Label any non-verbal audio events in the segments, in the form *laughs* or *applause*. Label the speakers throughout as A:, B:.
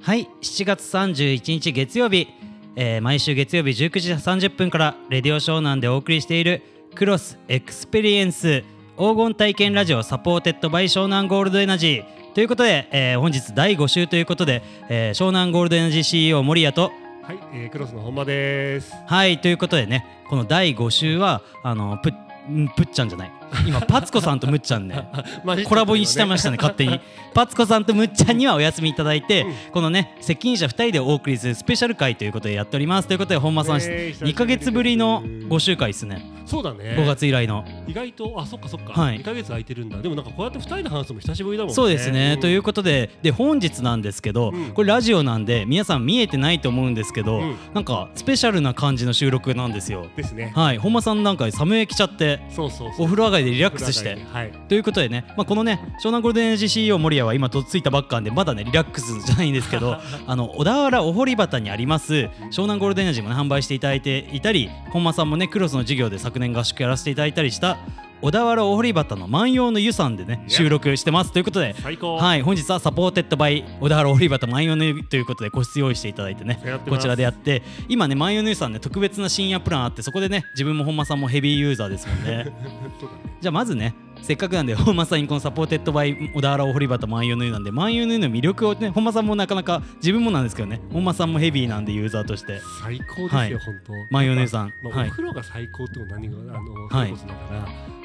A: はい7月31日月曜日、えー毎週月曜日19時30分から「レディオ湘南」でお送りしている「クロスエクスペリエンス黄金体験ラジオサポーテッドバイ湘南ゴールドエナジー」ということで、えー本日第5週ということで、えー湘南ゴールドエナジー CEO 森谷と
B: はい、えー、クロスの本間です。
A: はいということでねこの第5週はあのプッんプッちゃんじゃない今パツコさんとむっちゃんね *laughs* コラボにしてましたね勝手にパツコさんとむっちゃんにはお休みいただいて、このね責任者2人でお送りするスペシャル回ということでやっておりますということで本間さん、
B: えー
A: 2か月ぶりの5週回ですね
B: そうだね。
A: 5月以来の、
B: 意外とあそっかそっか。
A: はい
B: 2ヶ月空いてるんだ。でもなんかこうやって2人で話すのも久しぶりだもんね。
A: そうですね、
B: ん
A: ということでで本日なんですけど、
B: うん
A: これラジオなんで皆さん見えてないと思うんですけど、
B: うん
A: なんかスペシャルな感じの収録なんですよ
B: ですね。
A: はい本間さんなんか寒い来ちゃって
B: そうそうそ
A: お
B: う。
A: 風呂上がりでリ
B: リ
A: ラックスして
B: はい。
A: ということでね、まあ、このね湘南ゴールデンエナジー CEO 森谷は今とっついたばっかんでまだねリラックスじゃないんですけ
B: *laughs*
A: どあの小田原お堀端にあります湘南ゴールデンエナジーもね販売していただいていたり本間さんもねクロスの授業で昨年合宿やらせていただいたりした小田原お堀端の万葉の湯さんでね
B: いや
A: 収録してますということで。
B: 最高。
A: はい本日はサポーテッドバイ小田原オリバと万葉の湯ということで個室用意していただいてね
B: やってま
A: こ
B: す
A: ちらでやって今ね万葉の湯さんね特別な深夜プランあってそこでね自分も本間さんもヘビーユーザーですもんね
B: *laughs* そうだね。
A: じゃあまずねせっかくなんで本間さんにこのサポーテッドバイ小田原お堀端万有の湯なんで万有の湯の魅力をね本間さんもなかなか自分もなんですけどね本間さんもヘビーなんでユーザーとして
B: 最高ですよ、
A: はい
B: 本当。
A: 万葉の湯さん
B: まあ、
A: はい
B: お風呂が最高っても何があの
A: はい
B: そういうことだから、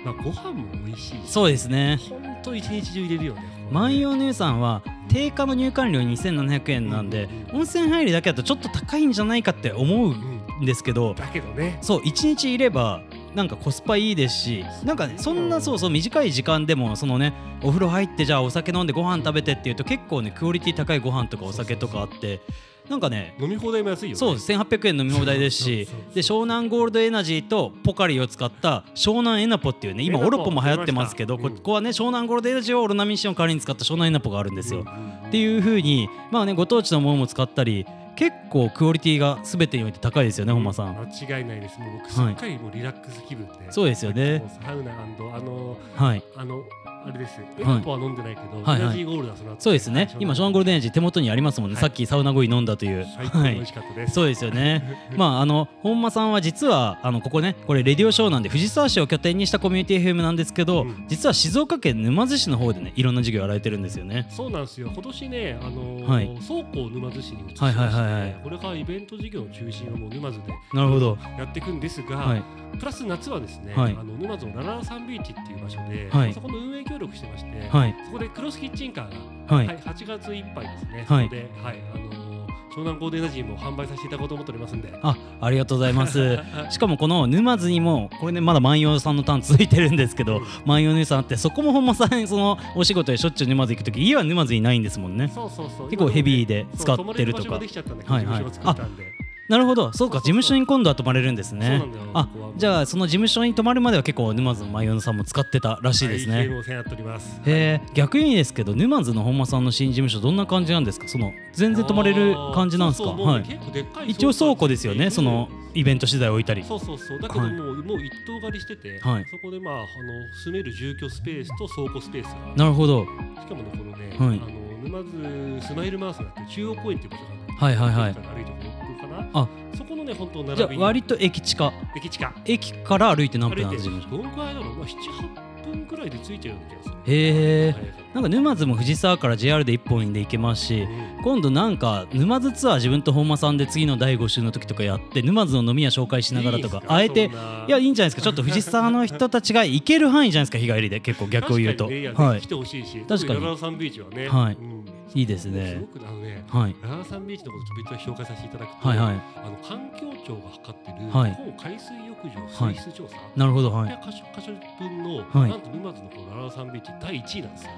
B: まあご飯も美味しいし。
A: そうですね
B: 本当一日中入れるよね。
A: 万葉の湯さんは定価の入館料2700円なんで温泉入りだけだとちょっと高いんじゃないかって思う
B: うんん。
A: ですけど
B: だけどね。
A: そう1日いればなんかコスパいいですしなんかねそんなそうそう短い時間でもそのねお風呂入ってじゃあお酒飲んでご飯食べてっていうと結構ねクオリティ高いご飯とかお酒とかあってなんかね
B: 飲み放題も安いよね。
A: そう1800円飲み放題ですし
B: そうそうそう
A: で湘南ゴールドエナジーとポカリを使った湘南エナポっていうね今
B: エナポ
A: オロポも流行ってますけど
B: 出ま
A: こ
B: したうん
A: こはね湘南ゴールドエナジーをオロナミンシの代わりに使った湘南エナポがあるんです
B: うん
A: よ
B: う。んうん
A: っていう風にまあねご当地のものも使ったり結構クオリティが全てにおいて高いですよね本間さん。
B: 間違いないですもう僕す
A: はい
B: っかりもうリラックス気分で、
A: そうですよね
B: もうサウナあの
A: はい
B: あのあれですエナポは飲んでないけど、
A: はい
B: エナジーゴールだその後
A: そうですね、今、ショーン・ゴールデンエイジ手元にありますもんね、
B: はい
A: さっきサウナ後に飲んだという。
B: 最高に
A: は
B: 美
A: い
B: 味しかったです、
A: そうですよ
B: *laughs*
A: ねまああの本間さんは実はあのここねこれレディオショーなんで藤沢市を拠点にしたコミュニティ FM なんですけど、
B: うん
A: 実は静岡県沼津市の方でねいろんな事業やられてるんですよね
B: そうなんですよ今年ね、あのー
A: はい
B: 倉庫を沼津市に移し
A: は
B: ま
A: い
B: して、
A: はいはいはい
B: これからイベント事業の中心はもう沼津で
A: なるほど
B: やっていくんですが、
A: はい
B: プラス夏はですね、
A: はい
B: あの沼津の773ビーチっていう場所で、
A: はい
B: そこの運営協力してまして、
A: はい
B: そこでクロスキッチンカーが
A: は
B: はい、
A: い
B: 8月いっぱいですね。
A: はい
B: そこで、はい、あのー湘南ゴールデンエナジーも販売させていただこうと思っておりますんで。
A: あありがとうございます
B: *laughs*
A: しかもこの沼津にもこれねまだ万葉さんのターン続いてるんですけど、
B: うん
A: 万葉の湯さんあってそこも本間さんそのお仕事でしょっちゅう沼津行く時家は沼津にないんですもんね
B: そうそうそう。
A: 結構ヘビーで
B: そう
A: 使ってるとか
B: 泊まれ場所ができちゃったんだけど、
A: は
B: はいい
A: はい
B: はい、作ったんで。
A: なるほどそうか
B: そうそうそう
A: 事務所に今度は泊まれるんです
B: そう
A: ね
B: なんだよ。
A: あ
B: ここはもう
A: じゃあその事務所に泊まるまでは結構沼津のマヨさんも使ってたらしいです
B: はいゲー
A: ね。
B: ムをせんやっております。
A: えー、逆にですけど沼津の本間さんの新事務所どんな感じなんですかその全然泊まれる感じなんですか
B: あーそうそうもう
A: は
B: ね
A: い、
B: 結構でっかい
A: 一応倉庫ですよね
B: うん
A: そのイベント資材置いたり
B: そうそうそうだけども、
A: はいう
B: もう一棟借りしてて、
A: はい
B: そこでまああの住める住居スペースと倉庫スペースが
A: なるほど
B: しかもねこのね、
A: はい
B: あの沼津スマイルマウスなんていう中央公園っていう場所があるんだけど
A: はいはいはい
B: 駅から歩いて6分かな
A: あ
B: そこのね本当並び
A: じゃ
B: に
A: あ割と駅近
B: 駅近
A: 駅から歩いて何
B: 歩い
A: 分
B: て
A: なん
B: ど
A: ですか事務所
B: のくらいだろう、まあ、78分くらいで着いちゃうような気がする
A: へえ
B: ー
A: なんか沼津も藤沢から JR で一本で行けますし今度なんか沼津ツアー自分と本間さんで次の第5週の時とかやって沼津の飲み屋紹介しながらとかあえていやいいんじゃないですかちょっと藤沢の人たちが行ける範囲じゃないですか日帰りで結構逆を言うと、
B: は、
A: はいい
B: 来てほしいし
A: 確かに
B: ララサンビーチはね、
A: はい
B: うん
A: いいです
B: す
A: ね
B: ごくあのね
A: はい
B: ララサンビーチのことをちょっと別に紹介させていただくと、
A: はいはい
B: あの環境庁が測ってる、
A: はい
B: 日本海水浴場
A: はい
B: 水質調査、
A: なるほどはい
B: 800箇所箇所分の、
A: はい
B: なんと沼津のこのララサンビーチ第一位なんですよ
A: へ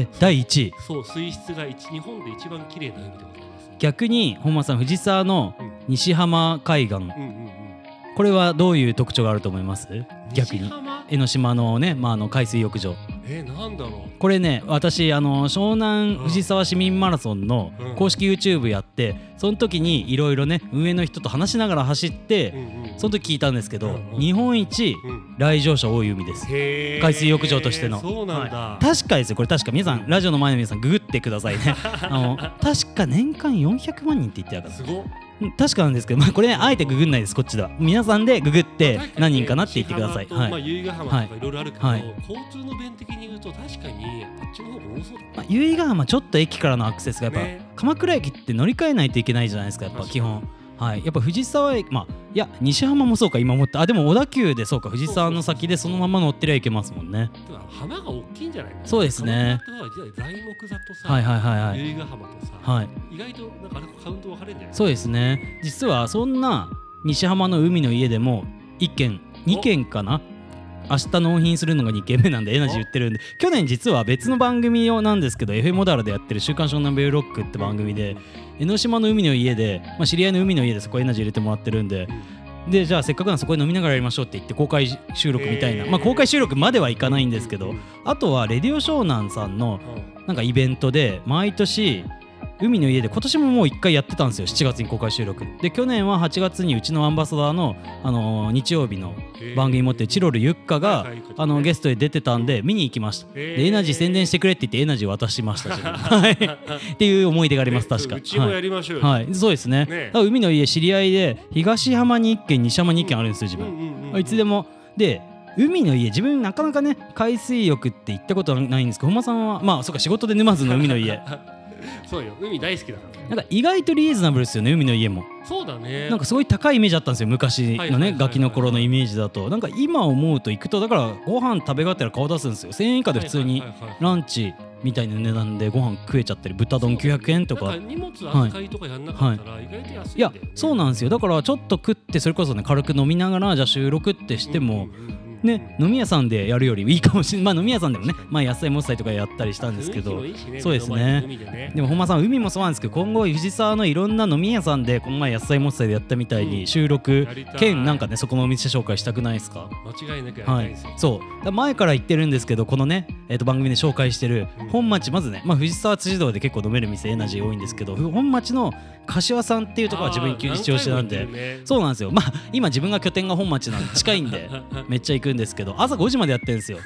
A: え第1位
B: そう水質が一日本で一番綺麗な海でございます、
A: 逆に本間さん藤沢の
B: うん
A: 西浜海岸
B: うんうんうん
A: これはどういう特徴があると思います逆
B: 西
A: に
B: 浜
A: 江ノ島のね、まあ、あの海水浴場
B: えー、なんだろう
A: これね私あの湘南
B: うん
A: 藤沢市民マラソンの
B: うん
A: 公式 YouTube やってその時にいろいろね運営の人と話しながら走ってその時聞いたんですけど
B: うん
A: 日本一来場者多い海です海
B: 海
A: 水浴場としての
B: そうなんだ、 *laughs*
A: 確かですよこれ確か皆さんラジオの前の皆さんググってくださいねあの確確か年間400万人って言ってたか
B: すご
A: ら
B: っ
A: 確かなんですけど、まあ、これねあえてググんないですこっちでは皆さんでググって
B: 確かに
A: 何
B: ね
A: 人かなって言ってください、
B: 石浜と
A: は
B: まあ、
A: い
B: 由比ヶ浜とかいろいろあるけど、
A: はい
B: 交通の便的に言うと確かにあっちの方が多そうだ
A: まあ、由比ヶ浜ちょっと駅からのアクセスがやっぱ、
B: ね
A: 鎌倉駅って乗り換えないといけないじゃないですかやっぱ
B: 確かに
A: 基本はいやっぱ藤沢駅まあいや西浜もそうか今思ったあでも小田急でそうか藤沢の先でそのまま乗ってりゃいけますもんね
B: でも浜が大きいんじゃないの
A: そうですね
B: 鎌倉ってのは材木座とさ、
A: はいはいはいはい
B: 由比ヶ浜とさ、
A: はい
B: 意外となんかあれカウント分かれるんじゃない
A: そうですね実はそんな西浜の海の家でも1軒2軒かな明日納品するのが2軒目なんでエナジー売ってるんで去年実は別の番組をなんですけど FM モダラでやってる「週刊少年ベルロック」って番組で江ノ島の海の家で、まあ、知り合いの海の家でそこエナジー入れてもらってるんででじゃあせっかくなんでそこで飲みながらやりましょうって言って公開収録みたいな、
B: へー
A: まあ、公開収録まではいかないんですけ
B: う
A: ど
B: ん
A: あとは「レディオ湘南」さんのなんかイベントで毎年海の家で今年ももう1回やってたんですよ7月に公開収録で去年は8月にうちのアンバサダーの、あのー日曜日の番組持ってるチロルユッカが、あのゲ
B: ス
A: ストで出てたんで見に行きました
B: へー
A: でエナジー宣伝してくれって言ってエナジー渡しました自
B: *laughs*
A: 分はいっていう思い出があります確か
B: うちも
A: は
B: や
A: い
B: りましょうよ、
A: はい、そうですね
B: ねえ
A: だから海の家知り合いで東浜に1軒西浜に1軒あるんですよ自分、いつで
B: も
A: もで海の家自分なかなかね海水浴って行ったことはないんですけど本間さんはまあそうか仕事で沼津の海の
B: *laughs*
A: 家
B: そうよ海大好きだからね
A: なんか意外とリーズナブルですよね海の家も
B: そうだね
A: なんかすごい高いイメージあったんですよ昔
B: は
A: の
B: いはいはい
A: ね
B: はい
A: ガキの頃のイメージだとなんか今思うと行くとだからご飯食べがてら顔出すんですよ1000円以下で普通に
B: はいはいはいはい
A: ランチみたいな値段でご飯食えちゃったり豚丼900円と
B: な
A: か
B: ん荷物扱いとかやんなかったら意外と安いん
A: い
B: だよ
A: や
B: ね
A: そうなんですよだからちょっと食ってそれこそね軽く飲みながらじゃあ収録ってしても
B: うんうんうんうん
A: ね飲み屋さんでやるよりいいかもしれないまあ飲み屋さんでもねまあ野菜もったりとかやったりしたんですけど
B: 雰囲気もいいしね
A: そうですね
B: 目の前の海でね
A: でも本間さん海もそうなんですけど今後藤沢のいろんな飲み屋さんでこの前野菜もつでやったみたい
B: うん
A: に収録
B: やりたい
A: 兼なんかねそこのお店紹介したくないですか
B: 間違いなくやり
A: は
B: たいん
A: い
B: ですよ、、
A: そうだから前から言ってるんですけどこのね、えー、と番組で紹介してる
B: うん
A: 本町まずね、まあ、藤沢辻堂で結構飲める店エナジー多いんですけどふ本町の柏さんっていうところは自分一押しなんで
B: う
A: そうなんですよまあ今自分が拠点が本町なんで近いん
B: *laughs*
A: でめっちゃ行くんですけど朝5時までやってるんですよ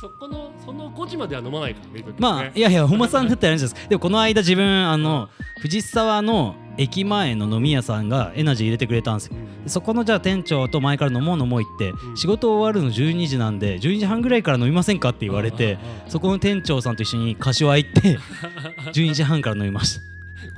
B: そこのその5時までは飲まないからね
A: まあ、いやいや本間さんだったらあれですでもこの間自分あの藤沢の駅前の飲み屋さんがエナジー入れてくれたんですよでそこのじゃあ店長と前から飲もう飲もう言って、
B: うん
A: 仕事終わるの12時なんで12時半ぐらいから飲みませんかって言われて
B: うん
A: そこの店長さんと一緒に柏行って
B: *laughs*
A: 12時半から飲みまし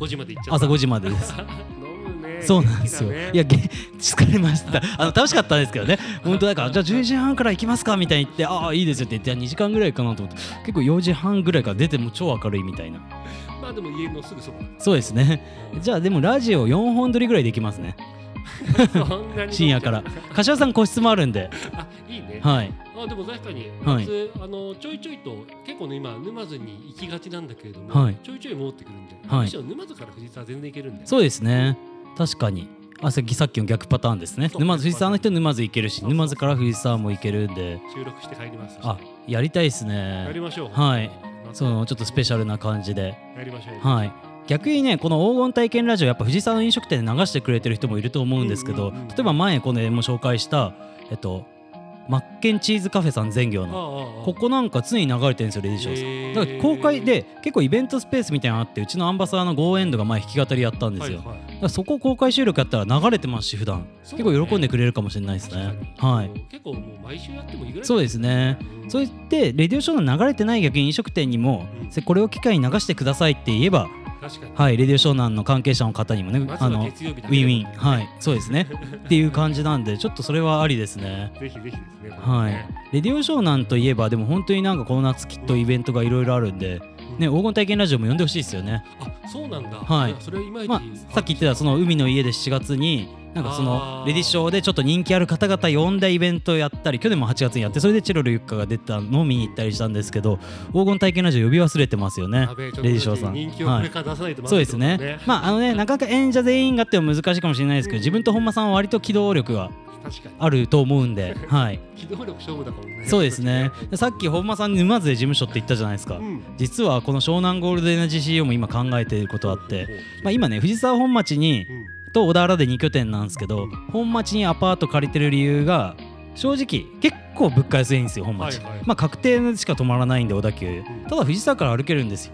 B: 5時まで行っちゃ
A: た
B: った
A: 朝5時まで
B: *laughs*
A: です
B: 飲むね
A: そうなんですよ、
B: 元気だね
A: いやげ疲れましたあの楽しかったんですけどね本当だからじゃあ10時半から行きますかみたいに言ってああいいですよって言って2時間ぐらいかなと思って結構4時半ぐらいから出てもう超明るいみたいな
B: まあでも家のすぐそこ
A: そうですね *laughs* じ
B: ゃ
A: ゃあでもラジオ4本撮りぐらいできますね
B: あ
A: 深夜から柏さん個室もあるんで
B: あいいね
A: はい
B: あでも確かに
A: はい
B: 夏あのちょいちょいと結構ね今沼津に行きがちなんだけれど
A: は
B: も
A: い
B: ちょいちょい戻ってくるんで
A: はい
B: むしろ沼津から藤沢全然行けるんで
A: そうですね確かにあさっきさっきの逆パターンですね
B: そう
A: 沼津藤沢の人沼津行けるし
B: そうそう
A: 沼津から藤沢も行けるんで
B: 収録して帰ります
A: あやりたいです
B: やり
A: ね
B: ましょう
A: はいそのちょっとスペシャ
B: ル
A: ルな感じで
B: やりましょう
A: はい逆にねこの黄金体験ラジオやっぱ藤沢の飲食店で流してくれてる人もいると思うんですけど、
B: うんうんうん
A: 例えば前このも紹介したえっとマッケンチーズカフェさん全業のここなんか常に流れてるんですよレディショーさんだから公開で結構イベントスペースみたいなのあってうちのアンバサダーのゴーエンドが前弾き語りやったんですよ、
B: はいはい
A: だからそこ公開収録やったら流れてますし普段
B: そう
A: 結
B: ね
A: 構喜んでくれるかもしれないですね
B: 確か
A: は
B: に
A: い
B: 結構もう毎週やってもいいぐらい
A: そうですね
B: うん
A: それでレディオショーの流れてない逆に飲食店にも
B: うん
A: せこれを機会に流してくださいって言えば
B: 確かに
A: はいレディオショーナンの関係者の方にもね
B: まず
A: あ
B: は
A: のウ
B: 月曜日だけ
A: ィンウィンはいそうですねっていう感じなんでちょっとそれはありですね
B: ぜひぜひですね
A: はいレディオショーナンといえばでも本当になんかこの夏きっとイベントがいろいろあるんで
B: うん
A: ね黄金体験ラジオも呼んでほしいですよね
B: あそうなんだ
A: はい
B: やそれいまいち
A: まあ、さっき言ってたその海の家で7月になんかそ
B: あ
A: の
B: ー
A: レディショーでちょっと人気ある方々呼んだイベントをやったり去年も8月にやってそれでチェロルユッカが出たのを見に行ったりしたんですけど黄金体験ラジオ呼び忘れてますよね
B: やべえちょっと
A: レディショーさん
B: 人気をこ
A: は
B: れ
A: い
B: から出さないとまず
A: そうで
B: いって
A: す
B: ことだ
A: ねまああのねなかなか演者全員がっても難しいかもしれないですけど自分と本間さんは割と機動力が
B: 確かに
A: あると思うんではい
B: 機動力勝負だからね
A: そうですねでさっき本間さん沼津で事務所って言ったじゃないですか
B: うん
A: 実はこの湘南ゴールデンエナジー CEO も今考えていることあって、まあ、今ね藤沢本町に
B: うん
A: と小田原で2拠点なんですけど、
B: うん
A: 本町にアパート借りてる理由が正直結構物価安いんですよ本町、
B: はいはい
A: まあ確定しか泊まらないんで小田急
B: ん
A: ただ藤沢から歩けるんですよ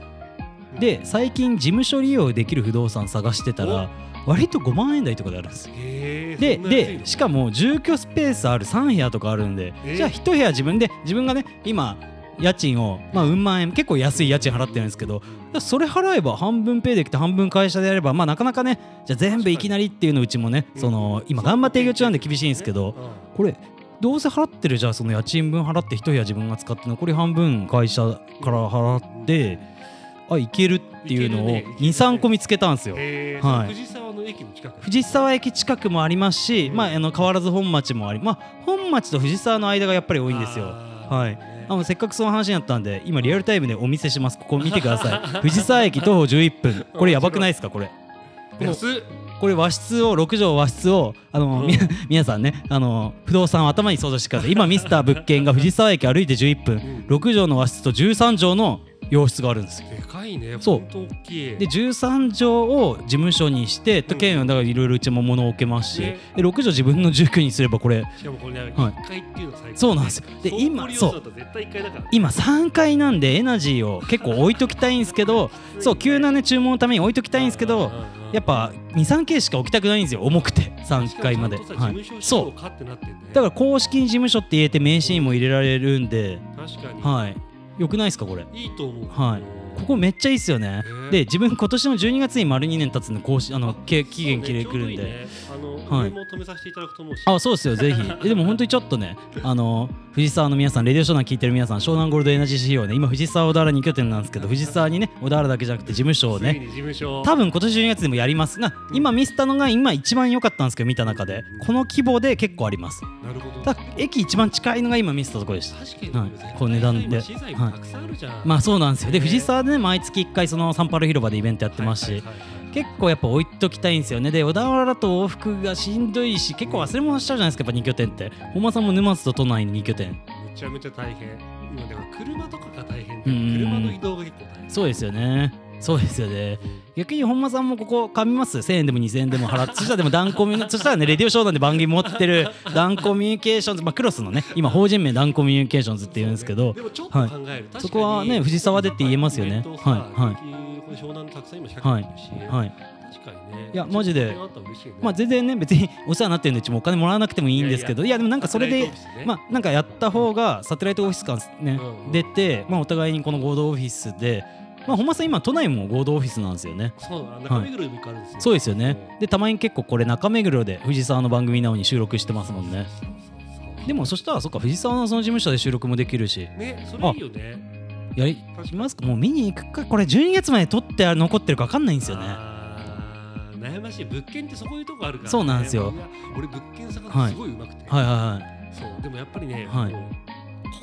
A: で最近事務所利用できる不動産探してたら割と5万円台とかであるんですよ
B: へえ
A: で
B: そんな安いの
A: でしかも住居スペースある3部屋とかあるんで
B: え
A: じゃあ1部屋自分で自分がね今家賃をまあうん万円結構安い家賃払ってるんですけどそれ払えば半分ペイできて半分会社でやればまあなかなかねじゃあ全部いきなりっていうのうちもね
B: うん
A: その今頑張って営業中なんで厳しいんですけど
B: うん
A: これどうせ払ってるじゃあその家賃分払って1部屋自分が使って残り半分会社から払ってあいけるっていうのを
B: いけるね
A: 23個見つけたんですよ。
B: へえ
A: はい
B: 藤沢の駅の近く
A: 藤沢駅近くもありますし、まあ、あの変わらず本町もあり、まあ、本町と藤沢の間がやっぱり多いんですよ。は
B: はい
A: あのせっかくその話になったんで今リアルタイムでお見せしますここ見てくだ
B: *laughs*
A: さい藤沢駅徒歩11分これやばくないですかこれこの
B: 安っ
A: これ和室を6畳和室をあの、
B: うん
A: み皆さんねあの不動産を頭に想像してください今ミスター物件が藤沢駅歩いて11分
B: うん
A: 6畳の和室と13畳の洋室があるんですよ
B: でかいね
A: そう
B: ほんと大きい
A: で13畳を事務所にして
B: うん
A: 県はだからいろいろうちも物を置けますし、
B: ね
A: で6畳自分の住居にすればこれ
B: しかもこれね
A: はい
B: 一階っていうのは最高
A: そうなんですよで今
B: 今そう絶対一階だから
A: 今3階なんでエナジーを結構置いときたいんですけどそう急なね注文のために置いときたいんですけどやっぱ23階しか置きたくないんですよ重くて3階まで、
B: そう
A: はい、そう
B: かってなってんね
A: だから公式に事務所って言えて名刺にも入れられるんで、
B: 確かに
A: はい良くないですかこれ
B: いいと思う
A: はいここめっちゃいいっすよね
B: へー
A: で自分今年の12月に丸2年経つんで公式あのけ期限切れくるんで、
B: そうねちょうどいいねあの
A: はい
B: 俺も止めさせていただくと思うし
A: あそうですよぜひ
B: *laughs*
A: えでも本当にちょっとねあの藤沢の皆さんレディオ湘南聞いてる皆さん湘南ゴールドエナジー仕様ね今藤沢小田原2拠点なんですけど藤沢にね小田原だけじゃなくて事務所を
B: つい
A: ね
B: に事務所
A: 多分今年12月でもやりますが今ミスタのが今一番良かったんですけど見た中でこの規模で結構あります
B: なるほど
A: ただ駅一番近いのが今ミスタとこでした
B: 確か
A: はい
B: に絶対
A: こう値段で
B: 今資材もたくさんあるじゃん
A: まあそうなんですよで
B: へー
A: 藤沢でね毎月1回そのサンパル広場でイベントやってます
B: はい
A: し
B: はいはいはい
A: 結構やっぱ置いときたいんですよねで小田原だと往復がしんどいし結構忘れ物しちゃうじゃないですかやっぱ2拠点って本間さんも沼津と都内の2拠点
B: めちゃめちゃ大変今でも車とかが大変
A: う
B: で
A: ん
B: 車の移動が結構大変
A: そうですよねそうですよね逆に本間さんもここ噛みます1000円でも2000円でも払ってそしたらでもダンコミュそしたらねレディオショーなんで番組持ってるダンコミュニケーションズまあクロスのね今法人名ダンコミュニケーションズって言うんですけど
B: でもちょっと考える、確かに
A: そこはね藤沢でって言えますよね
B: イベントをさ
A: はいはい
B: これ湘南たくさん今仕掛けてるし、
A: はい
B: 確かにね
A: いやマジで
B: ちょっとこれがあったら嬉しいよね
A: まあ全然ね別にお世話になってるんでうちもお金もらわなくてもいいんですけどいやでもなんかそれでまあなんかやった方がサテライトオフィス感ね、
B: うんうん
A: 出て、まあ、お互いにこの合同オフィスで、まあ、本間さん今都内も合同オフィスなんですよね。
B: そうだ中目黒にも一個あるんですよ、
A: そうですよねでたまに結構これ中目黒で藤沢の番組なのに収録してますもんね
B: そうそうそう
A: でもそしたらそっか藤沢のその事務所で収録もできるし
B: ねそれいいよね
A: やり
B: 確か
A: しますかもう見に行くかこれ12月まで撮ってあ残ってるか分かんないんですよね
B: あー悩ましい物件ってそういうとこあるから、ね、
A: そうなんですよ
B: いや俺物件探すのすごいうまくて、
A: はいはいはい
B: そうでもやっぱりね、
A: はい
B: もう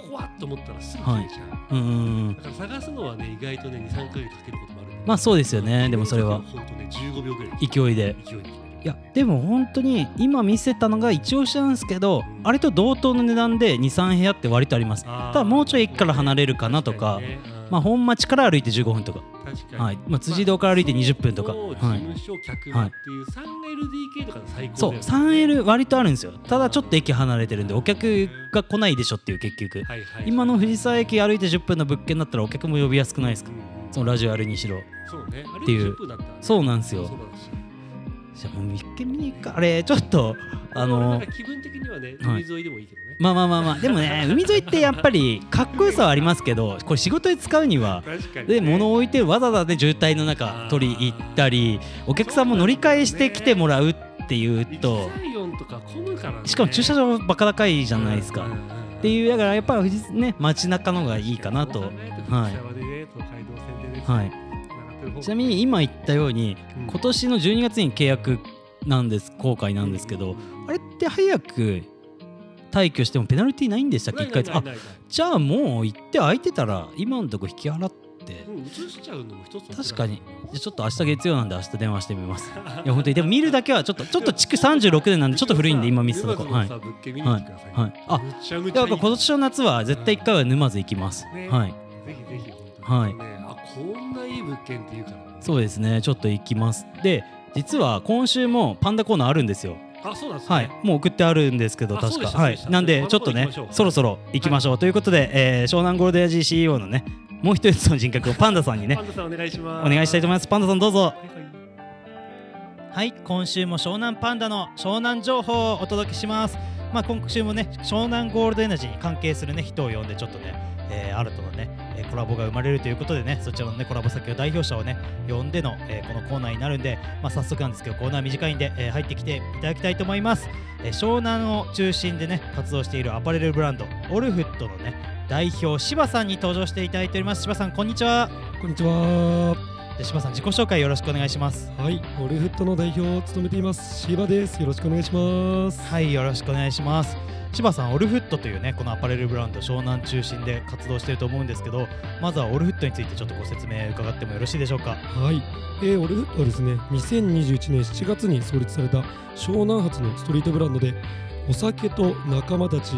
B: ここはと思ったらすぐ消えちゃう、
A: うんうんうん
B: だから探すのはね意外とね23ヶ月かけることもあるんだよ
A: まあそうですよねでもそれは
B: 本当ね15秒ぐらい
A: 勢いで
B: 勢いで決める
A: いやでも本当に今見せたのが一押しなんですけど、
B: うん
A: あれと同等の値段で23部屋って割とあります
B: た
A: ただもうちょい駅から離れるかなとかまあ、本町から歩いて15分とか、
B: 確かに
A: はいまあ、辻堂から歩いて20分とか、
B: まあそう
A: は
B: 事
A: い、
B: 務所客間っていう 3LDK とかの最高だ
A: そ
B: よ
A: う
B: ね
A: 3L 割とあるんですよただちょっと駅離れてるんでお客が来ないでしょっていう結局
B: はいはい
A: 今の藤沢駅歩いて10分の物件だったらお客も呼びやすくないですか
B: うんうん
A: そのラジオあるにしろ
B: そうねあれ
A: ていう
B: 10分だったらね
A: そうなんですよ
B: そうだし
A: じゃあもう物件見に行くかあれちょっとあ
B: な
A: *laughs*
B: ん
A: の
B: か気分的にはね
A: はい
B: 海沿いでもいいけどね
A: まあまあまあまあでもね海沿いってやっぱりかっこよさはありますけどこれ仕事で使うには
B: 確かにね
A: で物を置いてわざわざで渋滞の中取り行ったりお客さんも乗り換えして来てもらうっていうと
B: エキサイオンとか混むからね
A: しかも駐車場バカ高いじゃないですか
B: うんうんう
A: っ
B: ん
A: ていうだからやっぱり富士ね街中の方がいいかなと
B: そう考える藤沢でね東海道線でね
A: はい
B: 繋がってる方が
A: ちなみに今言ったように
B: うん
A: 今年の12月に契約なんです後悔なんですけどあれって早く退去してもペナルティないんでしたっけ1回あ
B: ないないないない
A: じゃあもう行って空いてたら今のとこ引き払って
B: うん、移しちゃうのも一つの手だ
A: 確かにじゃあちょっと明日月曜なんで明日電話してみますいや本当にでも見るだけはちょっとちょっと築36年なんでちょっと古いんで今見せたとこ
B: *laughs* は
A: はいい
B: 物件見に行ってください、
A: はいはいあ
B: むちゃむちゃ
A: や
B: い
A: っ
B: い
A: ぱ今年の夏は絶対一回は沼津行きます
B: ね
A: はい
B: ぜひぜひ本当に、
A: はい
B: ねあこんないい物件っていうからね
A: そうですねちょっと行きますで実は今週もパンダコーナーあるんですよ
B: あそうなんですね
A: はいもう送ってあるんですけど
B: あ
A: 確
B: そうで
A: か
B: した
A: は
B: そうで
A: い
B: した
A: なん
B: パ
A: で
B: ン
A: ちょ
B: ダ
A: っ
B: コー
A: と
B: ナー行
A: ね
B: きましょう
A: そろそろ行きましょうということでえー湘南ゴールデン AG CEO のねもう一つの人格をパンダさんにね
B: *laughs* パンダさんお願いし
A: お
B: ます。
A: 願いしたいと思いますパンダさんどうぞ
B: はいはい
A: はい今週も湘南パンダの湘南情報をお届けしますまあ今週もね湘南ゴールドエナジーに関係するね人を呼んでちょっとね、えー新たなねえーコラボが生まれるということでねそちらのねコラボ先を代表者をね呼んでの、えーこのコーナーになるんでまあ早速なんですけどコーナー短いんで、えー入ってきていただきたいと思います、えー湘南を中心でね活動しているアパレルブランドオルフットのね代表柴さんに登場していただいております柴さんこんにちは
C: こんにちは。
A: じゃあ柴さん自己紹介よろしくお願いします
C: はい、オルフットの代表を務めていますシーバです。よろしくお願いします。
A: はい、よろしくお願いします。千葉さん、オルフットというね、このアパレルブランド、湘南中心で活動していると思うんですけど、まずはオルフットについてちょっとご説明伺ってもよろしいでしょうか。
C: はい、えー、オルフットはですね、2021年7月に創立された湘南発のストリートブランドで、お酒と仲間たち、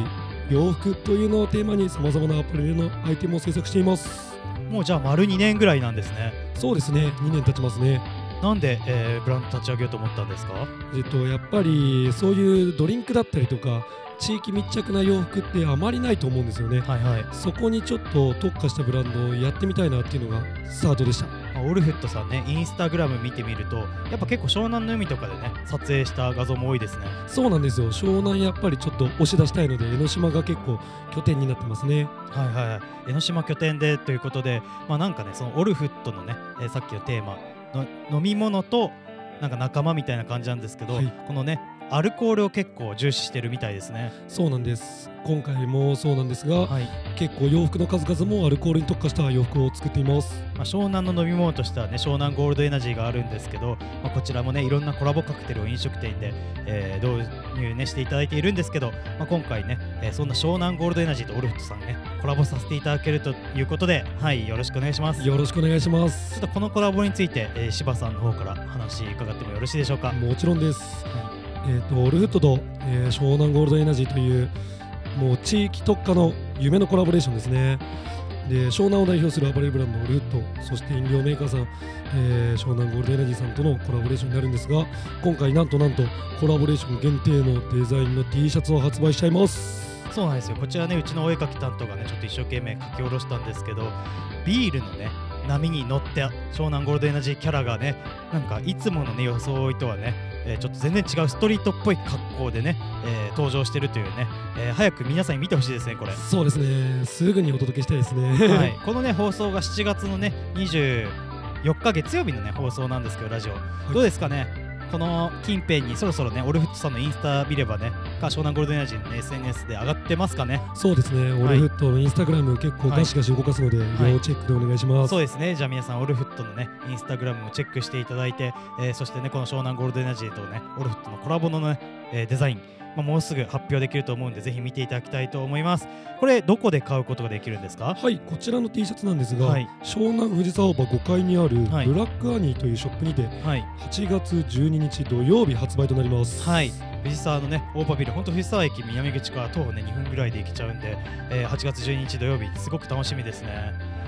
C: 洋服というのをテーマに様々なアパレルのアイテムを制作しています。
A: もうじゃあ丸2年ぐらいなんですね。
C: そうですね、2年経ちますね。
A: なんで、えーブランド立ち上げようと思ったんですか
C: えっと、やっぱりそういうドリンクだったりとか、地域密着な洋服ってあまりないと思うんですよね。
A: はいはい。
C: そこにちょっと特化したブランドをやってみたいなっていうのがスタートでした。
A: まあオルフットさんね、インスタグラム見てみると、やっぱ結構湘南の海とかでね、撮影した画像も多いですね。
C: そうなんですよ湘南やっぱりちょっと押し出したいので江ノ島が結構拠点になってますね
A: はいはいはい、江ノ島拠点でということで、まあ、なんかねそのオルフットのね、えーさっきのテーマの飲み物となんか仲間みたいな感じなんですけど、
C: はい
A: このねアルコールを結構重視してるみたいですね。
C: そうなんです今回もそうなんですが
A: はい
C: 結構洋服の数々もアルコールに特化した洋服を作っています
A: まあ、湘南の飲み物としてはね湘南ゴールドエナジーがあるんですけど、まあ、こちらもねいろんなコラボカクテルを飲食店で、えー導入、ね、していただいているんですけど、まあ、今回ね、えーそんな湘南ゴールドエナジーとオルフットさんねコラボさせていただけるということではいよろしくお願いします。
C: よろしくお願いしま
A: ちょっ
C: す
A: とこのコラボについて、えー、柴さんの方から話伺ってもよろしいでしょうか。
C: もちろんですえっ、とオルフットと、えー湘南ゴールドエナジーというもう地域特化の夢のコラボレーションですねで湘南を代表するアパレルブランドオルフットそして飲料メーカーさん、えー湘南ゴールドエナジーさんとのコラボレーションになるんですが今回なんとなんとコラボレーション限定のデザインの T シャツを発売しちゃいます
A: そうなんですよ。こちらね、うちのお絵描き担当がね、ちょっと一生懸命描き下ろしたんですけど、ビールのね、波に乗って湘南ゴールドエナジーキャラがね、なんかいつものね、装いとはね、えーちょっと全然違うストリートっぽい格好でね、えー登場してるというね、えー早く皆さんに見てほしいですね、これ。
C: そうですねすぐにお届けしたいですね
A: は、
C: はい
A: *laughs* このね放送が7月のね24日月曜日のね放送なんですけどラジオどうですかねこの近辺にそろそろねオルフットさんのインスタ見ればねか湘南ゴールドエナジーの、ね、SNS で上がってますかね
C: *laughs* そうですねオ
A: はい
C: ルフットのインスタグラム結構ガシガシ動かすので、
A: はい
C: 要チェックでお願いします、
A: そうですねじゃあ皆さんオルフットのねインスタグラムもチェックしていただいて、えーそしてねこの湘南ゴールドエナジーとねオルフットのコラボのね、えーデザインまあもうすぐ発表できると思うんでぜひ見ていただきたいと思いますこれどこで買うことができるんですか
C: はいこちらの T シャツなんですが、
A: はい
C: 湘南藤沢場5階にあるブ
A: はい
C: ラックアニーというショップにて
A: はい
C: 8月12日土曜日発売となります
A: はい、藤沢のね、大パビル、本当藤沢駅南口から徒歩ね、2分ぐらいで行けちゃうんで、えー8月12日土曜日、すごく楽しみですね。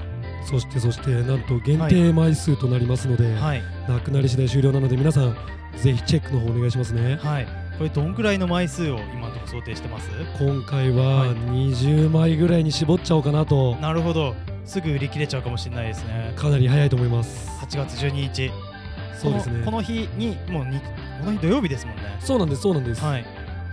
C: そしてそしてなんと限定枚数となりますので、
A: はい、
C: なくなり次第終了なので皆さんぜひチェックの方お願いしますね
A: はい、これどんぐらいの枚数を今のところ想定してます
C: 今回
A: はい
C: は20枚ぐらいに絞っちゃおうかなと
A: なるほど、すぐ売り切れちゃうかもしれないですね。
C: かなり早いと思います
A: 8月12日、
C: そうですね
A: このこの日に、もうに、この日土曜日ですもんね。
C: そうなんですそうなんです、
A: はい。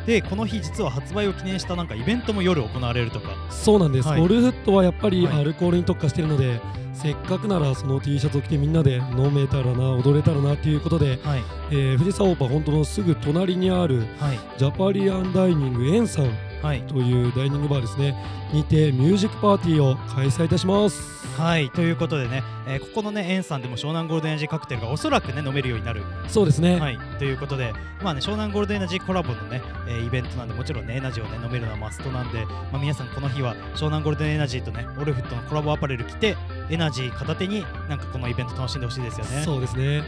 A: で、この日実は発売を記念したなんかイベントも夜行われるとか。
C: そうなんです、
A: はい
C: オルフットはやっぱり
A: はい
C: アルコールに特化しているので、せっかくならその T シャツを着てみんなで飲めたらな踊れたらなということで、
A: はい、
C: えー、藤沢オーパー本当のすぐ隣にある
A: はい、
C: ジャパリアンダイニングエンさん
A: はい。
C: というダイニングバーですねにてミュージックパーティーを開催いたします
A: はいということでね、えーここのね園さんでも湘南ゴールドエナジーカクテルがおそらくね飲めるようになる、
C: そうですね、
A: はい、ということで、まあね、湘南ゴールドエナジーコラボのね、えーイベントなんでもちろんねエナジーをね飲めるのはマストなんで、まあ、皆さんこの日は湘南ゴールドエナジーとねオルフットのコラボアパレル着てエナジー片手になんかこのイベント楽しんでほしいですよね
C: そうですね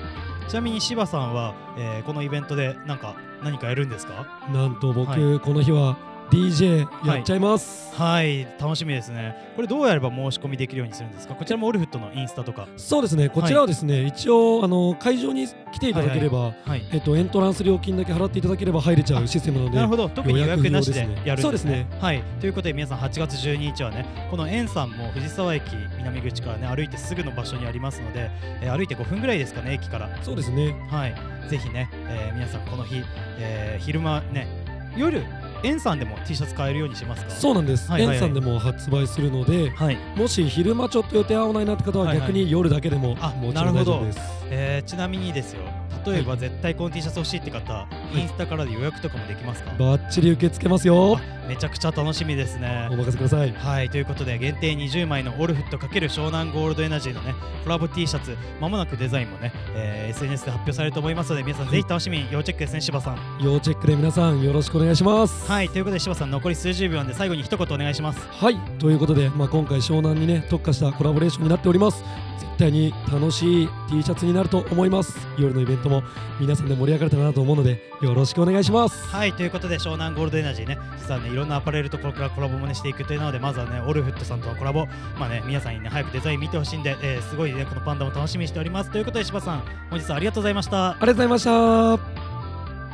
A: ちなみに柴さんは、えーこのイベントでなんか何かやるんですか
C: なんと僕、
A: は
C: この日は DJ やっちゃいます、
A: はい楽しみですねこれどうやれば申し込みできるようにするんですかこちらもオルフットのインスタとか
C: そうですねこちらはですね、一応あの会場に来ていただければ、
A: はい
C: えっと、エントランス料金だけ払っていただければ入れちゃうシステムなので
A: なるほど特に予約なしでやるんですね
C: そうですね
A: はいということで皆さん8月12日はねこの円さんも藤沢駅南口からね歩いてすぐの場所にありますので、えー歩いて5分ぐらいですかね駅から
C: そうですね
A: はい、ぜひね、えー皆さんこの日、えー昼間ね、夜、円さんでも T シャツ買えるようにしますか
C: そうなんです、
A: はいはいはい
C: エンさんでも発売するので
A: はい、
C: もし昼間ちょっと予定合わないなって方は
A: はいはい
C: 逆に夜だけでも
A: あ
C: もち
A: な
C: ろ
A: る
C: ん
A: ほ
C: 大
A: ど
C: 丈夫です、
A: えーちなみにですよ、例えば絶対この T シャツ欲しいって方、
C: い
A: インスタからで予約とかもできますか、
C: バッチリ受け付けますよ
A: あめちゃくちゃ楽しみですね
C: お。任せください
A: はいということで限定20枚のオルフット×湘南ゴールドエナジーのねコラボ T シャツまもなくデザインもね、えー SNS で発表されると思いますので皆さんぜひ楽しみに要チェックですね柴さん
C: 要チェックで皆さんよろしくお願いします
A: はいということで柴さん残り数十秒なんで最後に一言お願いします
C: はいということで、まあ、今回湘南にね特化したコラボレーションになっております絶対に楽しい T シャツになると思います夜のイベントも皆さんで盛り上がれたらなと思うのでよろしくお願いします
A: はいということで湘南ゴールドエナジーね実はねいろんなアパレルとこれからコラボもねしていくというのでまずはねオルフットさんとのコラボまあね皆さんにね早くデザイン見てほしいんで、えーすごいねこのパンダも楽しみにしておりますということで柴さん本日はありがとうございました
C: ありがとうございまし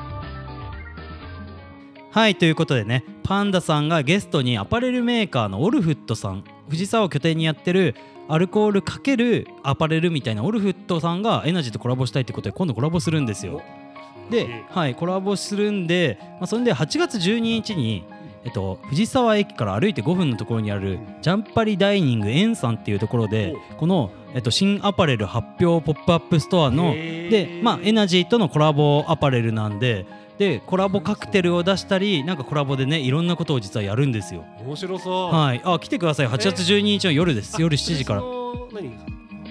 C: た
A: はいということでねパンダさんがゲストにアパレルメーカーのオルフットさん藤沢を拠点にやってるアルコールかけるアパレルみたいなオルフットさんがエナジーとコラボしたいってことで今度コラボするんですよで、はい、コラボするんで、まあ、それで8月12日に、えっと、藤沢駅から歩いて5分のところにあるジャンパリダイニング円さんっていうところでこの、えっと、新アパレル発表ポップアップストアので、まあ、エナジーとのコラボアパレルなんででコラボカクテルを出したりなんかコラボでねいろんなことを実はやるんですよ。
B: 面白そう。
A: はい、あ来てください8月12日の夜です夜7時から
B: そ。れその何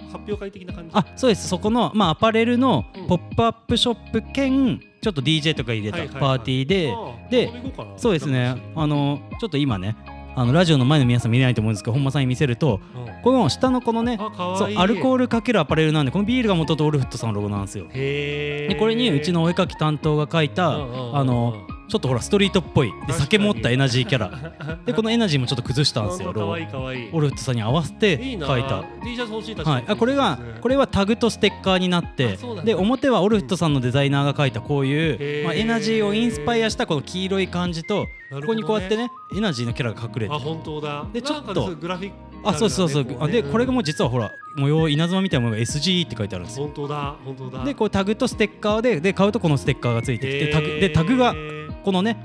B: 発表会的な感じ。
A: あそうですそこの、まあ、アパレルの
B: うん
A: ポップアップショップ兼ちょっと DJ とか入れ
B: はい
A: た
B: はいはい
A: パーティーで、
B: あ、
A: で
B: 遊び行こかな
A: そうですね
B: な
A: あ
B: んか
A: のちょっと今ねあのラジオの前の皆さん見れないと思うんですけど本間さんに見せると
B: うん
A: この下のこのね
B: あ、か
A: そ
B: わ
A: う
B: いい。
A: アルコー
B: ル。
A: ルかけるアパレルなんでこのビールが元とオルフットさんのロゴなんですよ。
B: へえ。
A: でこれにうちのお絵描き担当が描いた、あのちょっとほらストリートっぽいで
B: 確かに
A: 酒持ったエナジーキャ
B: *laughs*
A: ラでこのエナジーもちょっと崩したんですよロ
B: か
A: ゴ
B: わいいかわいい。
A: オルフットさんに合わせて
B: いいな。
A: 描いた。。
B: T シャツ欲しい確かに
A: はい、あこれがこれはタグとステッカーになって
B: あそうなん
A: で
B: だ
A: 表はオルフットさんのデザイナーが描いたこうい
B: へ
A: う、
B: ー
A: まあ、エナジーをインスパイアしたこの黄色い感じと、
B: な
A: ここ
B: るほどね
A: にこうやってねエナジーのキャラが隠れて
B: あ本当だ。
A: でちょっと
B: なんかねグラフィックある
A: あ
B: な
A: そうそうそう
B: ね
A: あでこれがもう
B: う
A: 実はほら模様稲妻みたいなものが SGE って書いてあるんですよ
B: 本当だ本当だ。
A: でこうタグとステッカーでで買うとこのステッカーがついてきてタグでタグがこのね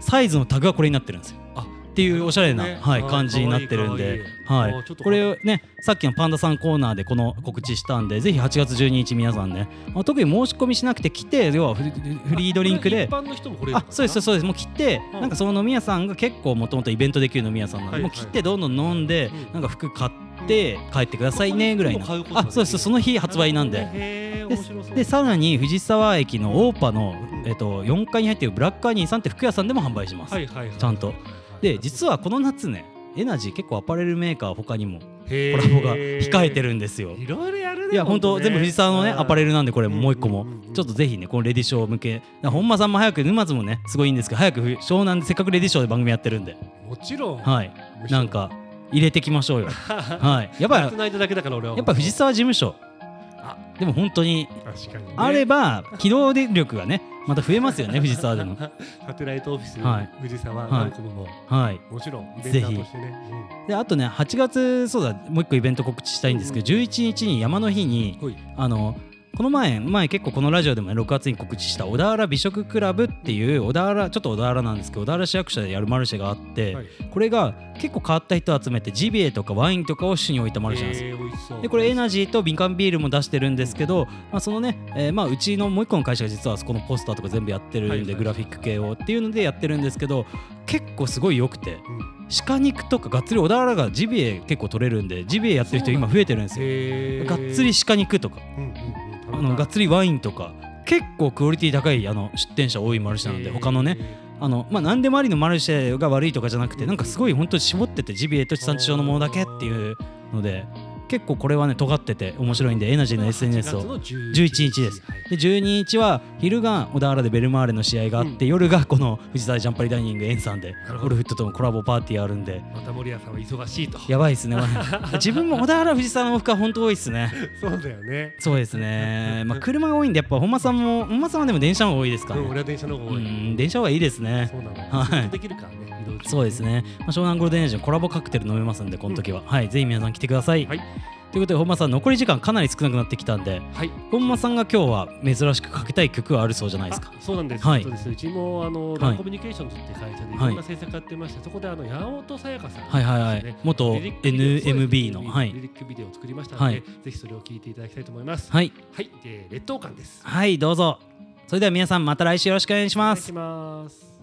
A: サイズのタグがこれになってるんですよ
B: あ
A: っていうおしゃれな、
B: なるほど
A: は
B: ね
A: い、
B: あー
A: 感じになってるんで
B: かわいいかわいい
A: は
B: あーち
A: い
B: ょっ、と
A: これをねさっきのパンダさんコーナーでこの告知したんでぜひ8月12日皆さんね、まあ、特に申し込みしなくて来て要はフリフリードリンクで
B: 一。般の人もこれ
A: あそうです
B: す。
A: そうですもう切って、
B: うん
A: なんかその飲み屋さんが結構もともとイベントできる飲み屋さんなんで、
B: はい
A: もう切ってどんどん飲んで、
B: うん
A: なんか服買って帰ってくださいねぐらいな、
B: ここに来ても買うことができ
A: あ
B: る
A: そうですその日発売なんで、
B: へー
A: で
B: 面白そう。
A: でさらに藤沢駅のオーパの、
B: うん
A: えっと4階に入っているブラックアニーさんって服屋さんでも販売します、
B: はいはいはい
A: ちゃんと。で実はこの夏ねエナジー結構アパレルメーカー他にもコラボが控えて
B: る。
A: るんですよ
B: いろいろやるね。
A: いや本当
B: ね
A: 全部藤沢のね
B: うん
A: アパレルなんでこれ
B: うん
A: もう一個も
B: うんうんうん
A: ちょっとぜひねこのレディショー向けだから本間さんも早く沼津もねすごいいいんですけど早く湘南でせっかくレディショーで番組やってるんで
B: もちろん。
A: はい
B: むしろ
A: なん。か入れてきましょうよ
B: *laughs*
A: はいやっぱ
B: やってないだけだから俺は。
A: やっぱ藤沢事務所
B: あ
A: でも本当に
B: 確かにね。
A: あれば機動力がねまた増えますよ
B: *laughs*
A: ね藤沢での
B: サテライトオフィス
A: はい
B: 藤沢
A: はい
B: 何個も
A: はい
B: もちろんイベンターとしてね。
A: であとね8月そうだもう一個イベント告知したいんですけど11日に山の日に
B: うんはい
A: あのこの前前結構このラジオでもね6月に告知した小田原美食クラブっていう小田原ちょっと小田原なんですけど小田原市役所でやるマルシェがあって、
B: はい
A: これが結構変わった人を集めてジビエとかワインとかを主に置いたマルシェなんですよ。
B: えー美味しそう。
A: でこれエナジーと瓶缶ビールも出してるんですけど、まあ、そのね、えーまあ、うちのもう一個の会社が実はそこのポスターとか全部やってる
B: はい
A: ん
B: は
A: で
B: い
A: グラフィック系をっていうのでやってるんですけど結構すごい良くて
B: うん
A: 鹿肉とかがっつり小田原がジビエ結構取れるんでジビエやってる人今増えてるんですよ。
B: へー
A: がっつり鹿肉とか
B: うんうんうん
A: あのがっつりワインとか結構クオリティ高いあの出店者多いマルシェなんで他のねあのまあ何でもありのマルシェが悪いとかじゃなくてなんかすごい本当に絞っててジビエと地産地消のものだけっていうので結構これはね尖ってて面白いんでエナジーの SNS を
B: 8月の11
A: 11日です
B: はい
A: で12日は昼が小田原でベルマーレの試合があって、夜がこの藤沢ジャンパリダイニング円さんで
B: るほど
A: ゴルフットとのコラボパーティーあるんで
B: また森谷さんは忙しいと
A: やばいですね
B: *laughs*
A: 自分も小田原藤沢の服は本当多いですね
B: そうだよね
A: そうですねまあ車が多いんでやっぱ本間さんも本間さんはでも電車の方が多いですか
B: うん俺
A: ね
B: は電車の方が
A: う
B: 多い
A: ん電車の方がいいですね
B: そうなの
A: はい
B: ずっとできるからね移動中
A: そうですね、まあ、湘南ゴールデンエージのコラボカクテル飲めますんでこの時は、はいぜひ皆さん来てください、
B: はい
A: ということで本間さん残り時間かなり少なくなってきたんで
B: はい
A: 本間さんが今日は珍しくかけたい曲があるそうじゃないですか
B: あそうなんです。
A: はい
B: そうですうちもあの、
A: はい
B: コミュニケーションズって会社でい
A: はい
B: ろんな制作やってまして、そこであの八本さやかさん、
A: はいはいはい、
B: ですね
A: 元
B: リリックビデオ
A: NMB
B: そう
A: の
B: です
A: は
B: リ
A: い
B: リックビデオを作りましたので、
A: はい
B: ぜひそれを聞いていただきたいと思います。
A: はい
B: はい、で劣等感です。
A: はいどうぞそれでは皆さんまた来週よろしくお願いし
B: お願
A: ま
B: い
A: す
B: します。